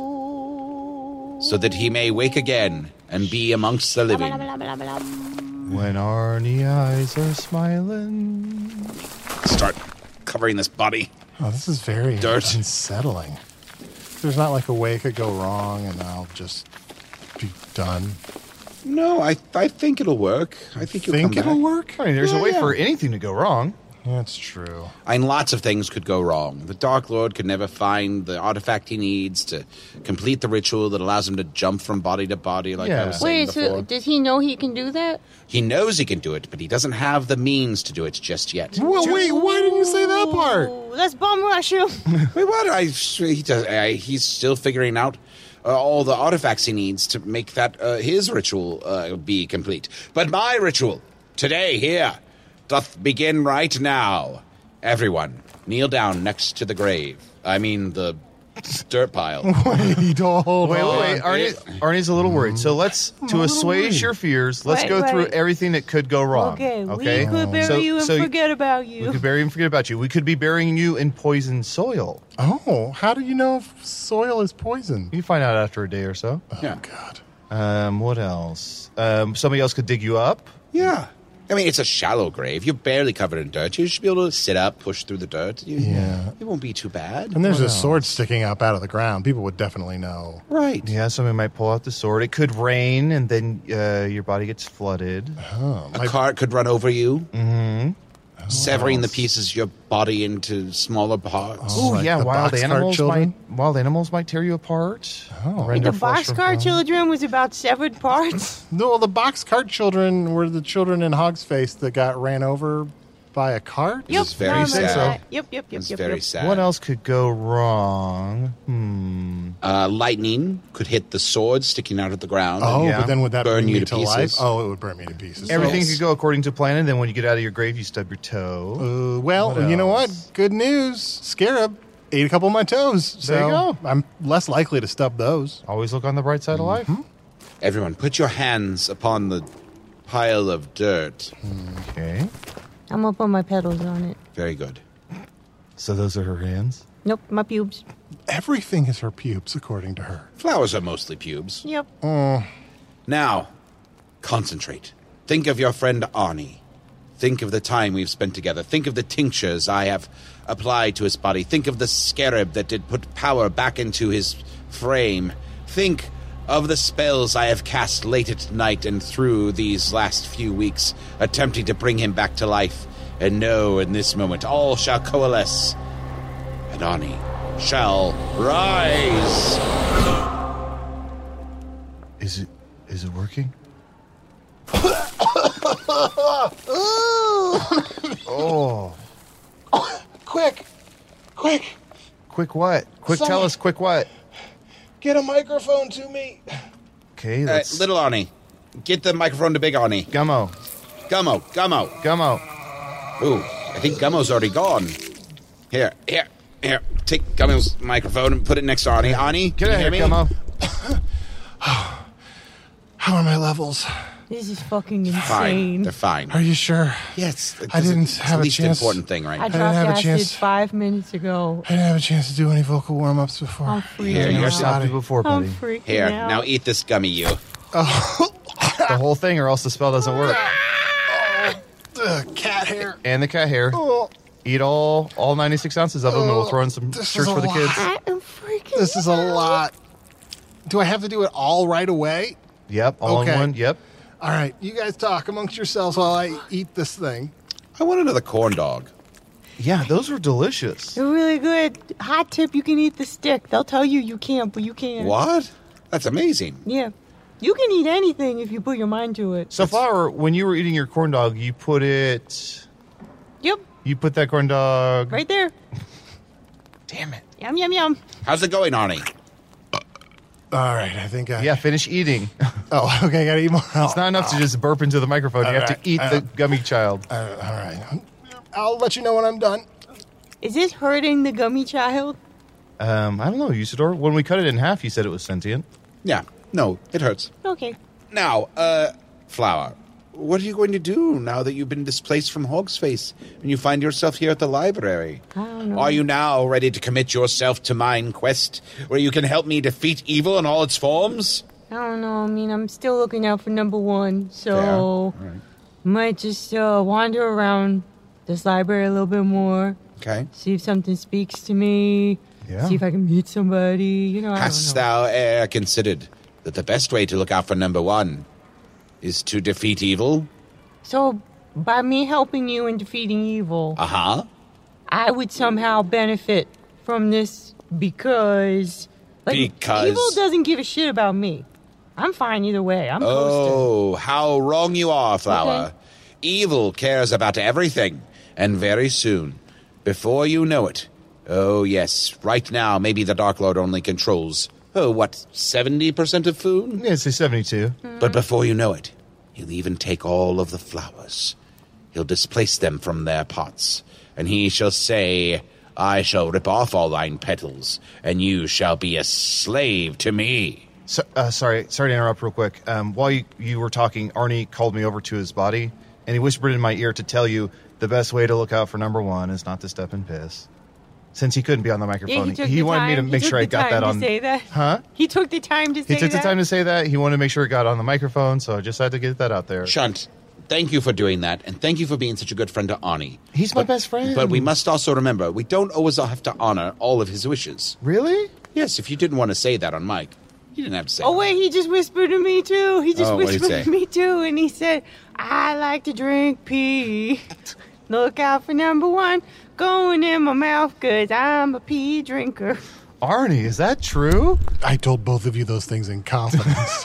Speaker 4: so that he may wake again and be amongst the living.
Speaker 3: when Arnie eyes are smiling,
Speaker 4: Start covering this body.
Speaker 2: Oh, this is very
Speaker 4: Dirt.
Speaker 2: unsettling. There's not like a way it could go wrong, and I'll just be done.
Speaker 4: No, I I think it'll work. I think you'll
Speaker 2: Think
Speaker 4: come
Speaker 2: it'll
Speaker 4: back.
Speaker 2: work?
Speaker 3: I mean, there's
Speaker 4: Yeah,
Speaker 3: a way
Speaker 4: yeah.
Speaker 3: for anything to go wrong.
Speaker 2: That's true.
Speaker 4: I mean, lots of things could go wrong. The Dark Lord could never find the artifact he needs to complete the ritual that allows him to jump from body to body, like I
Speaker 3: Yeah.
Speaker 4: was saying
Speaker 5: Wait,
Speaker 4: before.
Speaker 5: so does he know he can do that?
Speaker 4: he knows he can do it, but he doesn't have the means to do it just yet.
Speaker 2: Well, Oh, wait, why didn't you say that part?
Speaker 5: Ooh, let's bum rush him.
Speaker 4: Wait, what? I, he does, I, he's still figuring out uh, all the artifacts he needs to make that uh, his ritual uh, be complete. But my ritual today here doth begin right now. Everyone, kneel down next to the grave. I mean the dirt pile.
Speaker 2: Wait, hold
Speaker 3: Wait,
Speaker 2: on.
Speaker 3: wait, wait. Arnie, Arnie's a little worried. So let's to assuage your fears. Let's
Speaker 5: Right,
Speaker 3: go through
Speaker 5: right.
Speaker 3: everything that could go wrong.
Speaker 5: Okay,
Speaker 3: okay?
Speaker 5: we could bury
Speaker 3: So-
Speaker 5: you and
Speaker 3: so
Speaker 5: forget about
Speaker 3: We
Speaker 5: you.
Speaker 3: could bury and forget about you. We could be burying you in poisoned soil.
Speaker 2: Oh, how do you know if soil is poison? Oh,
Speaker 3: You find out after a day or so.
Speaker 4: yeah.
Speaker 2: God.
Speaker 3: Um, what else? Um, somebody else could dig you up.
Speaker 4: yeah. I mean, it's a shallow grave. You're barely covered in dirt. You should be able to sit up, push through the dirt. You,
Speaker 2: Yeah.
Speaker 4: It won't be too bad.
Speaker 2: And there's a sword sticking up out of the ground. People would definitely know.
Speaker 4: Right.
Speaker 3: Yeah, somebody might pull out the sword. It could rain, and then uh, your body gets flooded.
Speaker 2: Oh,
Speaker 4: A cart could run over you, mm-hmm. severing the pieces of your body into smaller parts.
Speaker 3: Oh
Speaker 2: like
Speaker 3: yeah,
Speaker 2: the
Speaker 3: wild
Speaker 2: boxcart
Speaker 3: animals
Speaker 2: children?
Speaker 3: might Uh-huh. wild animals might tear you apart.
Speaker 2: Oh.
Speaker 3: Rend
Speaker 5: The
Speaker 3: your flesh from bone.
Speaker 5: boxcar children was about severed parts.
Speaker 2: No, well, the box cart children were the children in Hog's Face that got ran over by a cart.
Speaker 5: yep.
Speaker 4: is very
Speaker 5: no, I remember
Speaker 4: sad.
Speaker 5: that. Yep, yep, yep,
Speaker 4: It's
Speaker 5: yep.
Speaker 4: very
Speaker 5: yep.
Speaker 4: sad.
Speaker 3: What else could go wrong? Hmm.
Speaker 4: Uh, lightning could hit the sword sticking out of the ground.
Speaker 2: Oh,
Speaker 3: Yeah.
Speaker 2: but then would that
Speaker 4: Burn
Speaker 2: burn
Speaker 4: you
Speaker 2: me
Speaker 4: to
Speaker 2: to, life?
Speaker 4: pieces.
Speaker 2: Oh, it would burn me to pieces.
Speaker 3: Everything
Speaker 4: Yes.
Speaker 3: could go according to plan, and then when you get out of your grave, you stub your toe.
Speaker 2: Uh, well, you know what?
Speaker 3: else?
Speaker 2: Good news. Scarab ate a couple of my toes. So
Speaker 3: There you go.
Speaker 2: I'm less likely to stub those.
Speaker 3: Always look on the bright side of life.
Speaker 4: Everyone, put your hands upon the pile of dirt.
Speaker 3: Okay.
Speaker 5: I'm gonna put my pedals on it.
Speaker 4: Very good.
Speaker 3: So those are her hands.
Speaker 5: Nope, my pubes.
Speaker 2: Everything is her pubes, according to her.
Speaker 4: Flowers are mostly pubes.
Speaker 5: Yep.
Speaker 4: Now, concentrate. Think of your friend Arnie. Think of the time we've spent together. Think of the tinctures I have applied to his body. Think of the scarab that did put power back into his frame. Think of the spells I have cast late at night and through these last few weeks, attempting to bring him back to life. And know in this moment all shall coalesce, and Arnie shall rise.
Speaker 3: Is it? Is it working? oh,
Speaker 2: Quick, quick,
Speaker 3: quick! What? Quick! Tell
Speaker 2: Someone-
Speaker 3: us! Quick! What?
Speaker 2: get a microphone to me.
Speaker 3: Okay.
Speaker 4: Uh,
Speaker 3: Let's.
Speaker 4: little Arnie, get the microphone to Big Arnie.
Speaker 3: Gummo.
Speaker 4: Gummo, Gummo.
Speaker 3: Gummo.
Speaker 4: Ooh, I think Gummo's already gone. Here, here, here. Take Gummo's microphone and put it next to Arnie. Arnie,
Speaker 3: Get
Speaker 4: can you
Speaker 3: out
Speaker 4: hear
Speaker 3: of
Speaker 4: me?
Speaker 3: here, Gummo.
Speaker 2: How are my levels?
Speaker 5: This is fucking
Speaker 4: Fine,
Speaker 5: insane.
Speaker 4: they're fine.
Speaker 2: Are you sure?
Speaker 4: yes,
Speaker 2: I didn't
Speaker 4: it's
Speaker 2: have
Speaker 4: the
Speaker 2: a
Speaker 4: least
Speaker 2: chance.
Speaker 4: important thing right now.
Speaker 5: I
Speaker 2: didn't have
Speaker 5: dropped
Speaker 2: a
Speaker 5: acid
Speaker 2: chance.
Speaker 5: five minutes ago.
Speaker 2: I didn't have a chance to do any vocal warm ups
Speaker 5: I'm
Speaker 2: before.
Speaker 5: freaking
Speaker 4: Here,
Speaker 5: out.
Speaker 4: you're
Speaker 3: Stopped
Speaker 2: Sorry.
Speaker 3: you before,
Speaker 5: I'm
Speaker 3: buddy.
Speaker 5: freaking
Speaker 4: Here,
Speaker 5: out.
Speaker 4: now eat this gummy, you.
Speaker 3: the whole thing, or else the spell doesn't work.
Speaker 2: Ugh, cat hair.
Speaker 3: And the cat hair.
Speaker 2: Oh,
Speaker 3: Eat all all 96 ounces of them, and we'll throw in some
Speaker 2: This is
Speaker 3: shirts
Speaker 2: a
Speaker 3: for the
Speaker 2: lot.
Speaker 3: kids.
Speaker 5: I am freaking
Speaker 2: this is a
Speaker 5: out.
Speaker 2: lot. Do I have to do it all right away?
Speaker 3: Yep, all
Speaker 2: Okay.
Speaker 3: in one. Yep.
Speaker 2: All right, you guys talk amongst yourselves while I eat this thing.
Speaker 4: I want another corn dog.
Speaker 3: Yeah, those were delicious.
Speaker 5: They're really good. Hot tip, you can eat the stick. They'll tell you you can't, but you can.
Speaker 4: What? That's amazing.
Speaker 5: Yeah. You can eat anything if you put your mind to it.
Speaker 3: So, Flower, when you were eating your corn dog, you put it.
Speaker 5: Yep,
Speaker 3: You put that corn dog.
Speaker 5: right there.
Speaker 3: Damn it.
Speaker 5: Yum, yum, yum.
Speaker 4: How's it going, Arnie?
Speaker 2: All right, I think I.
Speaker 3: Yeah, finish eating.
Speaker 2: Oh, okay, I gotta eat more.
Speaker 3: It's not enough to just burp into the microphone. You have to
Speaker 2: Alright,
Speaker 3: eat the
Speaker 2: alright.
Speaker 3: gummy child.
Speaker 2: all right, I'll let you know when I'm done.
Speaker 5: Is this hurting the gummy child?
Speaker 3: Um, I don't know, Usador. When we cut it in half, you said it was sentient.
Speaker 4: Yeah, no, it hurts.
Speaker 5: Okay.
Speaker 4: Now, uh, Flower, what are you going to do now that you've been displaced from Hogsface and you find yourself here at the library?
Speaker 5: I don't know.
Speaker 4: Are you now ready to commit yourself to mine quest, where you can help me defeat evil in all its forms?
Speaker 5: I don't know. I mean, I'm still looking out for number one, so might just uh, wander around this library a little bit more,
Speaker 4: Okay.
Speaker 5: see if something speaks to me,
Speaker 3: Yeah.
Speaker 5: see if I can meet somebody. You know, I
Speaker 4: Hast
Speaker 5: don't know.
Speaker 4: thou e'er considered that the best way to look out for number one is to defeat evil?
Speaker 5: So, by me helping you in defeating evil,
Speaker 4: Aha. Uh-huh.
Speaker 5: I would somehow benefit from this because, like,
Speaker 4: Because-
Speaker 5: evil doesn't give a shit about me. I'm fine either way. I'm posted.
Speaker 4: Oh, how wrong you are, Flower. Evil cares about everything, and very soon, before you know it. Oh, yes, right now, maybe the Dark Lord only controls, oh, what, 70% of food?
Speaker 3: Yeah, it's a 72.
Speaker 4: But before you know it, he'll even take all of the flowers. He'll displace them from their pots, and he shall say, I shall rip off all thine petals, and you shall be a slave to me.
Speaker 3: So, uh, sorry, sorry to interrupt real quick. Um, while you, you were talking, Arnie called me over to his body, and he whispered in my ear to tell you the best way to look out for number one is not to step in piss. Since he couldn't be on the
Speaker 5: Yeah,
Speaker 3: microphone,
Speaker 5: he took
Speaker 3: he
Speaker 5: the
Speaker 3: wanted me to
Speaker 5: time- he
Speaker 3: make
Speaker 5: took
Speaker 3: sure I
Speaker 5: the
Speaker 3: got that
Speaker 5: time to
Speaker 3: on.
Speaker 5: Say that,
Speaker 3: Huh?
Speaker 5: He took the time to say
Speaker 3: He took the
Speaker 5: that?
Speaker 3: time to say that. He wanted to make sure it got on the microphone, so I just had to get that out there.
Speaker 4: Shunt, Thank you for doing that, and thank you for being such a good friend to Ani.
Speaker 3: He's my best friend.
Speaker 4: But we must also remember we don't always have to honor all of his wishes.
Speaker 3: Really?
Speaker 4: Yes, if you didn't want to say that on mic, you didn't have to say.
Speaker 5: Oh
Speaker 4: it.
Speaker 5: wait, he just whispered to me too. He just
Speaker 4: Oh, what'd he
Speaker 5: whispered to
Speaker 4: say?
Speaker 5: me too, and he said, "I like to drink pee. Look out for number one going in my mouth, cause I'm a pee drinker."
Speaker 3: Arnie, is that true?
Speaker 2: I told both of you those things in confidence.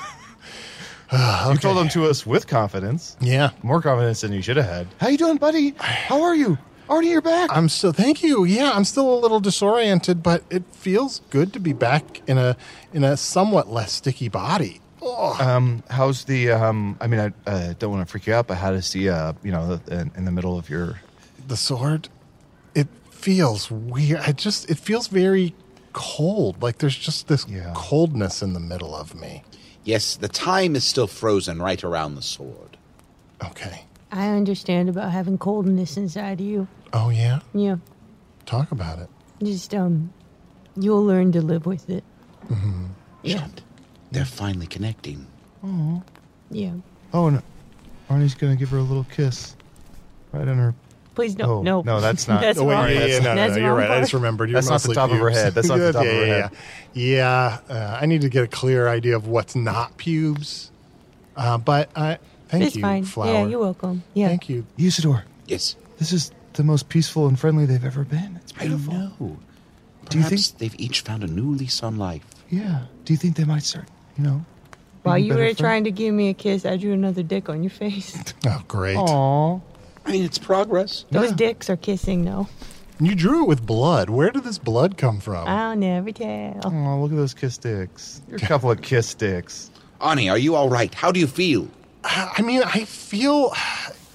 Speaker 2: Ah,
Speaker 3: You told them to us with confidence.
Speaker 2: yeah.
Speaker 3: More confidence than you should have had. How you doing, buddy? How are you? Arnie, you're back.
Speaker 2: I'm still thank you. Yeah, I'm still a little disoriented, but it feels good to be back in a in a somewhat less sticky body.
Speaker 3: Um, how's the? Um, I mean, I uh, don't want to freak you out, but how does the? Uh, you know, the, in, in the middle of your.
Speaker 2: The sword, it feels weird. I just it feels very cold. Like there's just this
Speaker 3: Yeah.
Speaker 2: coldness in the middle of me.
Speaker 4: Yes, the time is still frozen right around the sword.
Speaker 2: Okay.
Speaker 5: I understand about having coldness inside of you.
Speaker 2: Oh yeah.
Speaker 5: Yeah,
Speaker 2: Talk about it.
Speaker 5: just um, you'll learn to live with it.
Speaker 4: Shut. They're finally connecting.
Speaker 5: Yeah,
Speaker 3: Oh, no. Arnie's gonna give her a little kiss, right on her.
Speaker 5: please don't.
Speaker 3: Oh,
Speaker 5: no,
Speaker 3: no, that's not-
Speaker 5: that's
Speaker 3: Oh,
Speaker 2: wait,
Speaker 5: wrong.
Speaker 2: yeah, yeah, no, no,
Speaker 5: That's
Speaker 2: no, you're
Speaker 5: wrong
Speaker 2: right. I
Speaker 5: part.
Speaker 2: just remembered. You're
Speaker 3: That's not the
Speaker 2: mostly
Speaker 3: top of her
Speaker 2: pubes.
Speaker 3: head. That's not the top of
Speaker 2: yeah,
Speaker 3: her
Speaker 2: yeah,
Speaker 3: head.
Speaker 2: Yeah, yeah. Uh, I need to get a clear idea of what's not pubes. Uh, but I thank
Speaker 5: It's
Speaker 2: you,
Speaker 5: fine.
Speaker 2: Flower.
Speaker 5: Yeah, you're welcome. Yeah,
Speaker 2: Thank you.
Speaker 3: Usador,
Speaker 4: Yes,
Speaker 3: this is the most peaceful and friendly they've ever been. It's
Speaker 4: I
Speaker 3: beautiful.
Speaker 4: know.
Speaker 3: Do you
Speaker 4: Perhaps
Speaker 3: think-
Speaker 4: they've each found a new lease on life?
Speaker 3: Yeah. Do you think they might start? You know.
Speaker 5: While you were
Speaker 3: better
Speaker 5: trying to give me a kiss, I drew another dick on your face.
Speaker 2: Oh, great.
Speaker 3: Aw.
Speaker 4: I mean, it's progress.
Speaker 5: Those dicks are kissing, though.
Speaker 2: You drew it with blood. Where did this blood come from?
Speaker 5: I'll never tell.
Speaker 3: Aw, look at those kiss sticks. You're a couple of kiss sticks.
Speaker 4: Ani, are you all right? How do you feel?
Speaker 2: I mean, I feel,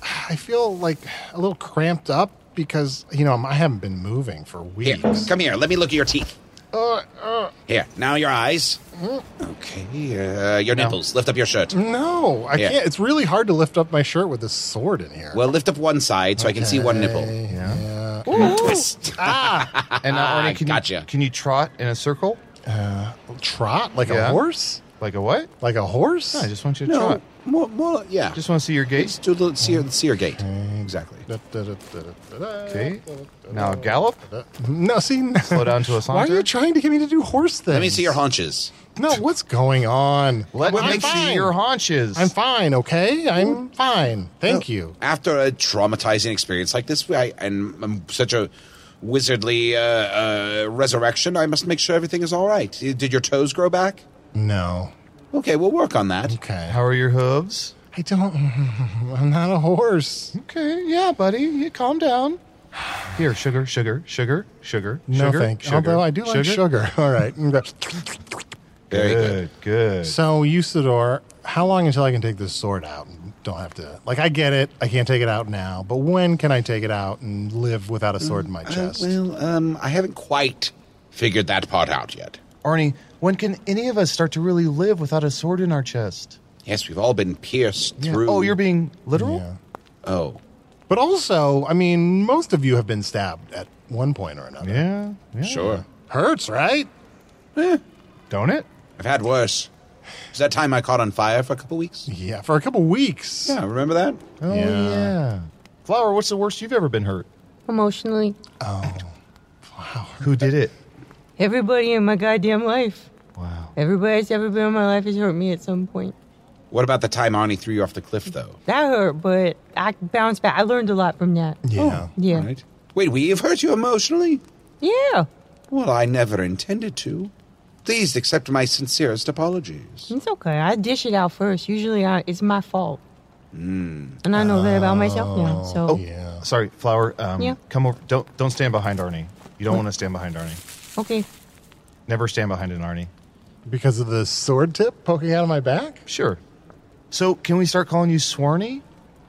Speaker 2: I feel like a little cramped up because you know I haven't been moving for
Speaker 4: Here,
Speaker 2: weeks.
Speaker 4: come here. Let me look at your teeth.
Speaker 2: Uh,
Speaker 4: Here, now your eyes.
Speaker 2: Mm-hmm.
Speaker 4: Okay, uh, your nipples. Lift up your shirt.
Speaker 2: No, I
Speaker 4: Yeah.
Speaker 2: can't. It's really hard to lift up my shirt with this sword in here.
Speaker 4: Well, lift up one side so I can see one nipple.
Speaker 3: Yeah.
Speaker 4: Twist.
Speaker 3: And now, Arnie, can you
Speaker 4: gotcha.
Speaker 3: can you trot in a circle
Speaker 2: Trot like
Speaker 3: Yeah.
Speaker 2: a horse,
Speaker 3: like a what?
Speaker 2: like a horse.
Speaker 3: I just want you to
Speaker 4: No,
Speaker 3: trot.
Speaker 4: more, more, yeah.
Speaker 3: Just want to see your gait.
Speaker 4: Just do a little seer, seer gate. Exactly.
Speaker 2: Da, da, da, da, da, da,
Speaker 3: Okay.
Speaker 2: da, da,
Speaker 3: Now gallop.
Speaker 2: da. No, see,
Speaker 3: Slow down to a
Speaker 2: why are
Speaker 3: saunter.
Speaker 2: you trying to get me to do horse things?
Speaker 4: Let me see your haunches.
Speaker 2: No, what's going on?
Speaker 3: Let
Speaker 2: I'm
Speaker 3: me see
Speaker 2: fine.
Speaker 3: your Mm-hmm. haunches.
Speaker 2: I'm fine. Okay, I'm fine. Thank you.
Speaker 4: After a traumatizing experience like this, I, and um, such a wizardly uh, uh, resurrection, I must make sure everything is all right. Did your toes grow back?
Speaker 2: No.
Speaker 4: Okay, we'll work on that.
Speaker 2: Okay.
Speaker 3: How are your hooves?
Speaker 2: I don't. I'm not a horse.
Speaker 3: Okay, yeah, buddy. You calm down. Here, sugar, sugar, sugar, sugar,
Speaker 2: No,
Speaker 3: sugar.
Speaker 2: thank you.
Speaker 3: sugar,
Speaker 2: Although I do like sugar. All right.
Speaker 4: Very good.
Speaker 3: Good, good.
Speaker 2: so, Usador, how long until I can take this sword out? and Don't have to. Like, I get it. I can't take it out now. But when can I take it out and live without a sword in my chest?
Speaker 4: Well, um, I haven't quite figured that part out yet.
Speaker 3: Arnie, when can any of us start to really live without a sword in our chest?
Speaker 4: Yes, we've all been pierced
Speaker 3: Yeah.
Speaker 4: through.
Speaker 3: Oh, you're being literal?
Speaker 2: Yeah.
Speaker 4: Oh,
Speaker 2: But also, I mean, most of you have been stabbed at one point or another.
Speaker 3: Yeah, yeah. Eh.
Speaker 4: sure.
Speaker 2: Hurts, right?
Speaker 3: Don't it?
Speaker 4: I've had worse. Was that time I caught on fire for a couple weeks?
Speaker 2: Yeah, for a couple weeks.
Speaker 4: Yeah, remember that?
Speaker 3: Oh,
Speaker 2: Yeah.
Speaker 3: yeah. Flower, what's the worst you've ever been hurt?
Speaker 5: Emotionally,
Speaker 3: Who did it?
Speaker 5: everybody in my goddamn life,
Speaker 3: Wow.
Speaker 5: everybody that's ever been in my life has hurt me at some point.
Speaker 4: What about the time Arnie threw you off the cliff, though?
Speaker 5: That hurt, but I bounced back. I learned a lot from that.
Speaker 2: Yeah.
Speaker 5: Yeah.
Speaker 4: Right? Wait, we've hurt you emotionally?
Speaker 5: Yeah.
Speaker 4: Well, I never intended to. Please accept my sincerest apologies.
Speaker 5: It's okay. I dish it out first. Usually, I, it's my fault. And I know that about myself now.
Speaker 2: Oh.
Speaker 5: So,
Speaker 2: Yeah.
Speaker 3: Oh. Sorry, Flower. Um,
Speaker 5: Yeah.
Speaker 3: Come over. Don't don't stand behind Arnie. You don't want to stand behind Arnie.
Speaker 5: okay.
Speaker 3: Never stand behind an Arnie.
Speaker 2: Because of the sword tip poking out of my back?
Speaker 3: Sure. So, can we start calling you Swarny?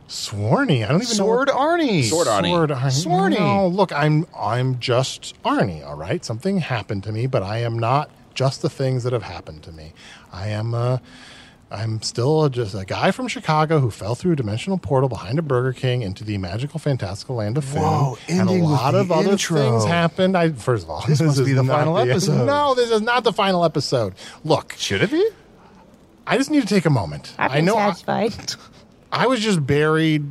Speaker 2: Swarny. I don't even know. what-
Speaker 3: Sword Arnie.
Speaker 4: Sword Arnie.
Speaker 2: Sword Arnie.
Speaker 3: Swarny.
Speaker 2: No, look, I'm I'm just Arnie, all right? Something happened to me, but I am not just the things that have happened to me. I am uh I'm still just a guy from Chicago who fell through a dimensional portal behind a Burger King into the magical, fantastical land of food.
Speaker 3: Whoa,
Speaker 2: and a
Speaker 3: ending with
Speaker 2: lot
Speaker 3: the
Speaker 2: of other
Speaker 3: intro.
Speaker 2: things happened. I first of all, this,
Speaker 3: must
Speaker 2: is
Speaker 3: be the
Speaker 2: not
Speaker 3: final episode.
Speaker 2: No, this is not the final episode. Look,
Speaker 3: Should it be?
Speaker 2: I just need to take a moment.
Speaker 5: I've
Speaker 2: I
Speaker 5: been
Speaker 2: know I-
Speaker 5: satisfied.
Speaker 2: I was just buried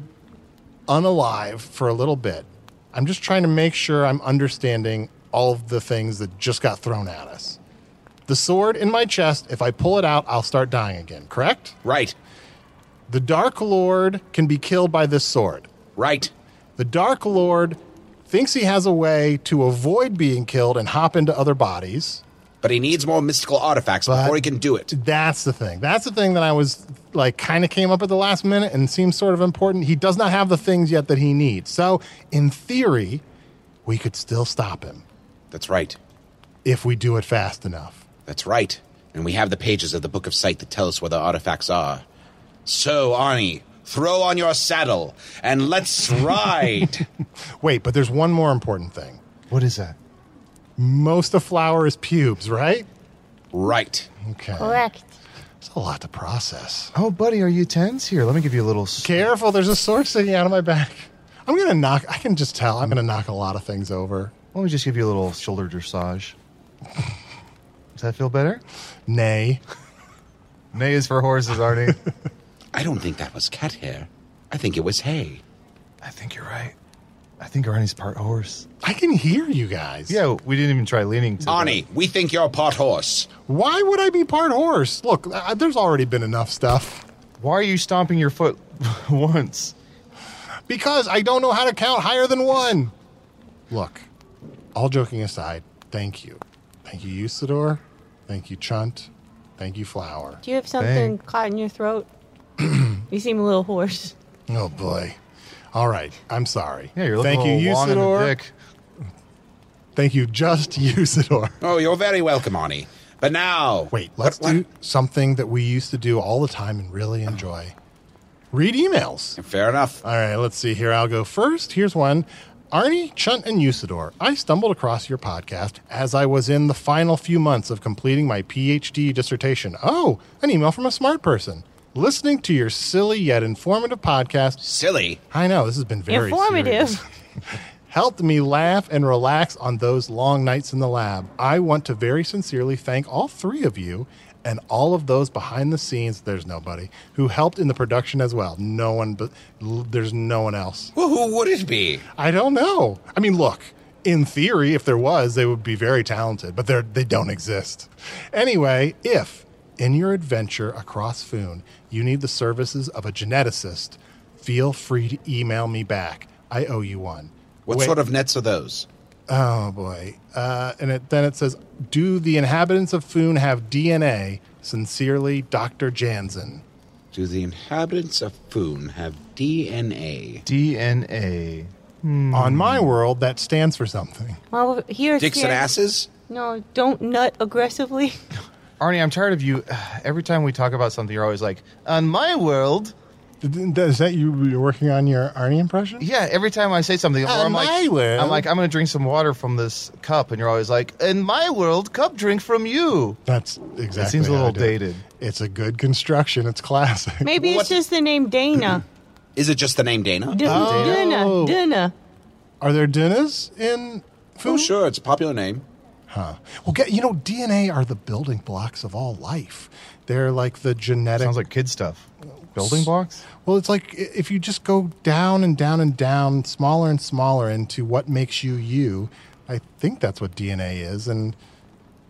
Speaker 2: unalive for a little bit. I'm just trying to make sure I'm understanding all of the things that just got thrown at us. The sword in my chest, if I pull it out, I'll start dying again, correct?
Speaker 4: Right.
Speaker 2: The Dark Lord can be killed by this sword.
Speaker 4: Right.
Speaker 2: The Dark Lord thinks he has a way to avoid being killed and hop into other bodies.
Speaker 4: But he needs more mystical artifacts before he can do it.
Speaker 2: That's the thing. That's the thing that I was like kind of came up at the last minute and seems sort of important. He does not have the things yet that he needs. So, in theory, we could still stop him
Speaker 4: That's right.
Speaker 2: if we do it fast enough.
Speaker 4: That's right. And we have the pages of the Book of Sight that tell us where the artifacts are. So, Arnie, throw on your saddle and let's ride.
Speaker 2: Wait, but there's one more important thing.
Speaker 3: What is that?
Speaker 2: Most of flower is pubes, right?
Speaker 4: right.
Speaker 2: Okay.
Speaker 5: Correct.
Speaker 2: It's a lot to process.
Speaker 3: Oh, buddy, are you tense? Here, let me give you a little. s-
Speaker 2: Careful, there's a sword sticking out of my back. I'm going to knock, I can just tell, I'm going to knock a lot of things over.
Speaker 3: Let me just give you a little shoulder dressage. Does that feel better?
Speaker 2: Nay.
Speaker 3: Nay is for horses, Arnie.
Speaker 4: I don't think that was cat hair. I think it was hay.
Speaker 3: I think you're right. I think Arnie's part horse.
Speaker 2: I can hear you guys.
Speaker 3: Yeah, we didn't even try leaning to. the-
Speaker 4: Arnie, we think you're part horse.
Speaker 2: Why would I be part horse? Look, uh, there's already been enough stuff.
Speaker 3: Why are you stomping your foot once?
Speaker 2: Because I don't know how to count higher than one. Look, all joking aside, thank you. Thank you, Usador. Thank you, Chunt. Thank you, Flower.
Speaker 5: Do you have something caught in your throat? you seem a little hoarse.
Speaker 2: Oh, boy. All right. I'm sorry.
Speaker 3: Yeah, you're looking
Speaker 2: Thank
Speaker 3: a little
Speaker 2: you,
Speaker 3: long in the
Speaker 2: Usador.
Speaker 3: dick.
Speaker 2: Thank you, just Usador.
Speaker 4: Oh, you're very welcome, Arnie. But now.
Speaker 2: Wait, let's
Speaker 4: What-
Speaker 2: do something that we used to do all the time and really enjoy read emails.
Speaker 4: what- Fair enough.
Speaker 2: All right, let's see here. I'll go first. Here's one. Arnie, Chunt, and Usador, I stumbled across your podcast as I was in the final few months of completing my PhD dissertation. Oh, an email from a smart person. Listening to your silly yet informative podcast.
Speaker 4: Silly.
Speaker 2: I know, this has been very
Speaker 5: Informative.
Speaker 2: serious. helped me laugh and relax on those long nights in the lab. I want to very sincerely thank all three of you and all of those behind the scenes. There's nobody who helped in the production as well. No one, but l- there's no one else.
Speaker 4: Well, who would it be?
Speaker 2: I don't know. I mean, look. In theory, if there was, they would be very talented, but they're, they don't exist. Anyway, if in your adventure across Foon you need the services of a geneticist, feel free to email me back. I owe you one.
Speaker 4: What
Speaker 2: Wait-
Speaker 4: sort of nets are those?
Speaker 2: Oh boy. Uh, and it, then it says, "Do the inhabitants of Foon have DNA?" Sincerely, Doctor Jansen.
Speaker 4: Do the inhabitants of Foon have DNA?
Speaker 3: DNA.
Speaker 2: On my
Speaker 4: Hmm.
Speaker 2: world, that stands for something.
Speaker 5: Well, here it's
Speaker 4: Dicks and asses?
Speaker 5: No, don't nut aggressively.
Speaker 3: Arnie, I'm tired of you. Every time we talk about something, you're always like, "On my world."
Speaker 2: Th- th- Is that you? You're working on your Arnie impression?
Speaker 3: Yeah, every time I say something, or I'm
Speaker 2: On my
Speaker 3: like,
Speaker 2: world.
Speaker 3: I'm like, I'm gonna drink some water from this cup, and you're always like, "In my world, cup drink from you."
Speaker 2: That's exactly.
Speaker 3: seems a
Speaker 2: how I
Speaker 3: little
Speaker 2: do it.
Speaker 3: dated.
Speaker 2: It's a good construction. It's classic.
Speaker 5: Maybe
Speaker 4: What-
Speaker 5: it's just the name Dana.
Speaker 4: Is it just the name Dana?
Speaker 5: D-
Speaker 2: Oh.
Speaker 5: Dana, Dana.
Speaker 2: Are there dinners in Foon?
Speaker 4: Oh, sure, it's a popular name.
Speaker 2: Huh. Well, get you know, DNA are the building blocks of all life. They're like the genetic
Speaker 3: Sounds like kid stuff. Building blocks.
Speaker 2: Well, it's like i- if you just go down and down and down, smaller and smaller into what makes you you. I think that's what DNA is, and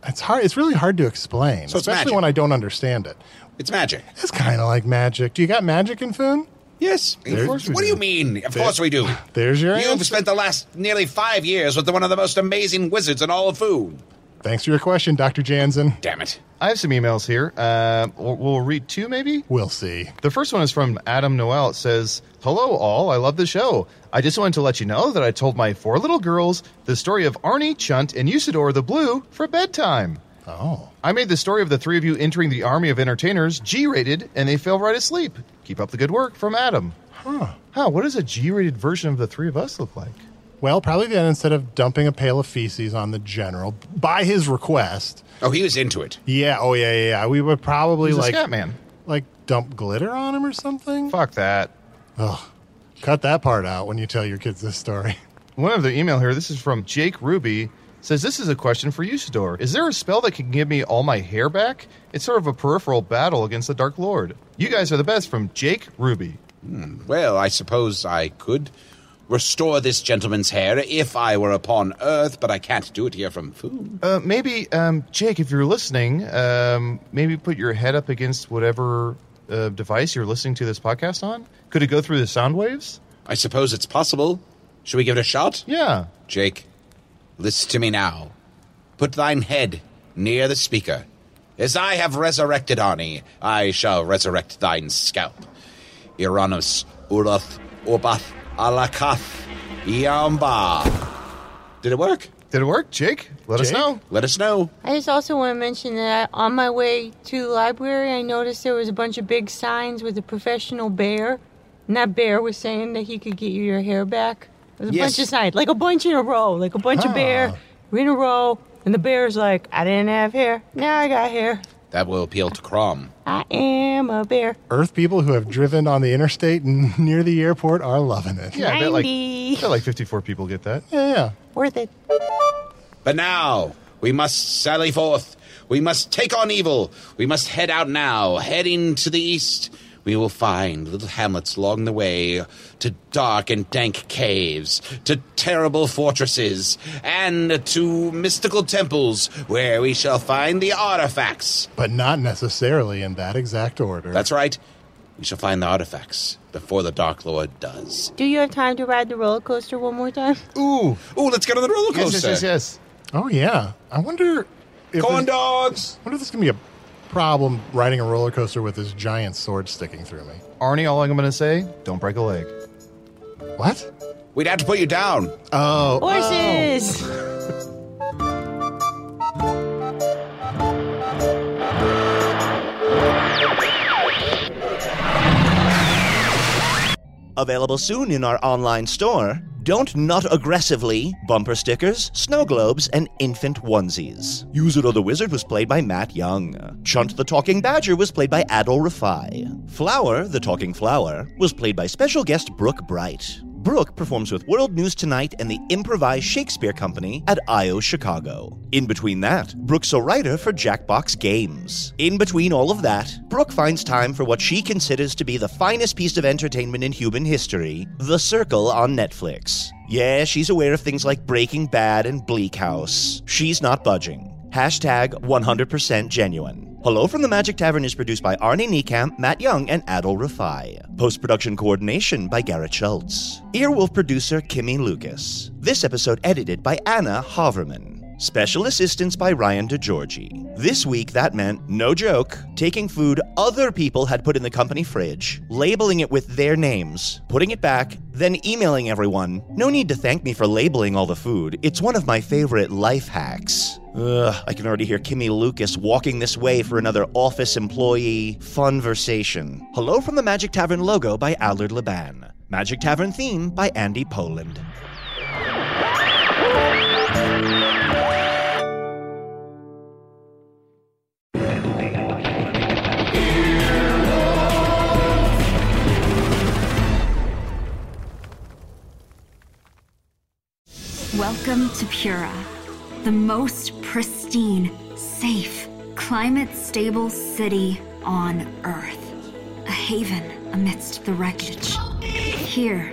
Speaker 2: it's hard. It's really hard to explain,
Speaker 4: So it's
Speaker 2: especially
Speaker 4: magic.
Speaker 2: when I don't understand it.
Speaker 4: It's magic.
Speaker 2: It's kind of like magic. Do you got magic in Foon?
Speaker 4: Yes. Of
Speaker 2: There-
Speaker 4: course what do you mean? Of course we do.
Speaker 2: There's your
Speaker 4: You've
Speaker 2: answer.
Speaker 4: spent the last nearly five years with one of the most amazing wizards in all of food.
Speaker 2: Thanks for your question, Doctor Jansen.
Speaker 4: Damn it.
Speaker 3: I have some emails here. Uh, we'll we'll read two, maybe.
Speaker 2: We'll see.
Speaker 3: The first one is from Adam Noel. It says, Hello, all. I love the show. I just wanted to let you know that I told my four little girls the story of Arnie, Chunt, and Usador the Blue for bedtime.
Speaker 2: Oh,
Speaker 3: I made the story of the three of you entering the army of entertainers G rated, and they fell right asleep. Keep up the good work from Adam. Huh. Huh, what does a G rated version of the three of us look like?
Speaker 2: well, probably then instead of dumping a pail of feces on the general by his request.
Speaker 4: Oh, he was into it.
Speaker 2: Yeah. Oh, yeah, yeah. yeah. We would probably
Speaker 3: He's
Speaker 2: like
Speaker 3: a scat man.
Speaker 2: like dump glitter on him or something.
Speaker 3: Fuck that.
Speaker 2: Cut that part out when you tell your kids this story.
Speaker 3: One other email here. This is from Jake Ruby. Says this is a question for Usador. Is there a spell that can give me all my hair back? It's sort of a peripheral battle against the Dark Lord. You guys are the best from Jake Ruby.
Speaker 4: Well, I suppose I could restore this gentleman's hair if I were upon Earth, but I can't do it here from Foom.
Speaker 3: Uh, maybe, um, Jake, if you're listening, um, maybe put your head up against whatever uh, device you're listening to this podcast on. Could it go through the sound waves?
Speaker 4: I suppose it's possible. Should we give it a shot?
Speaker 3: Yeah.
Speaker 4: Jake, listen to me now. Put thine head near the speaker. As I have resurrected Arni, I shall resurrect thine scalp. Uranus, Urath, Orbath, Alakath, Yamba. Did it work?
Speaker 3: Did it work, Jake? Let us
Speaker 2: Jake?
Speaker 3: know.
Speaker 4: Let us know.
Speaker 5: I just also want to mention that on my way to the library, I noticed there was a bunch of big signs with a professional bear. And that bear was saying that he could get you your hair back. There was a
Speaker 4: Yes.
Speaker 5: bunch of signs, like a bunch in a row, like a bunch of bear were in a row. And the bear's like, I didn't have hair. Now I got hair.
Speaker 4: That will appeal to Crom.
Speaker 5: I am a bear.
Speaker 2: Earth people who have driven on the interstate and near the airport are loving it.
Speaker 3: Yeah, I bet like, I
Speaker 5: Ninety.
Speaker 3: bet like 54 people get that.
Speaker 2: Yeah.
Speaker 5: Worth it.
Speaker 4: But now we must sally forth. We must take on evil. We must head out now, heading to the east. We will find little hamlets along the way, to dark and dank caves, to terrible fortresses, and to mystical temples where we shall find the artifacts.
Speaker 2: But not necessarily in that exact order.
Speaker 4: That's right. We shall find the artifacts before the Dark Lord does.
Speaker 5: Do you have time to ride the roller coaster one more time?
Speaker 3: Ooh.
Speaker 4: Ooh, let's get on the roller
Speaker 3: Yes,
Speaker 4: coaster.
Speaker 3: yes, yes, yes.
Speaker 2: oh yeah. I wonder if
Speaker 4: Go
Speaker 2: there's-
Speaker 4: on, dogs.
Speaker 2: I wonder if this gonna be a problem riding a roller coaster with this giant sword sticking through me.
Speaker 3: Arnie, all I'm going to say, don't break a leg.
Speaker 2: What?
Speaker 4: We'd have to put you down.
Speaker 2: Oh,
Speaker 5: Horses!
Speaker 1: Available soon in our online store. Don't not aggressively bumper stickers, snow globes, and infant onesies. User of the Wizard was played by Matt Young. Chunt the Talking Badger was played by Adol Rafai. Flower, the Talking Flower, was played by special guest Brooke Bright. Brooke performs with World News Tonight and the Improvised Shakespeare Company at IO Chicago. In between that, Brooke's a writer for Jackbox Games. In between all of that, Brooke finds time for what she considers to be the finest piece of entertainment in human history The Circle on Netflix. Yeah, she's aware of things like Breaking Bad and Bleak House. She's not budging. Hashtag 100% genuine. Hello from the Magic Tavern is produced by Arnie Niekamp, Matt Young, and Adol Rafai. Post production coordination by Garrett Schultz. Earwolf producer Kimmy Lucas. This episode edited by Anna Hoverman. Special assistance by Ryan DeGiorgi. This week, that meant, no joke, taking food other people had put in the company fridge, labeling it with their names, putting it back, then emailing everyone. No need to thank me for labeling all the food. It's one of my favorite life hacks. Ugh, I can already hear Kimmy Lucas walking this way for another office employee funversation. Hello from the Magic Tavern logo by Allard Leban. Magic Tavern theme by Andy Poland.
Speaker 9: Welcome to Pura, the most pristine, safe, climate stable city on Earth. A haven amidst the wreckage. Here,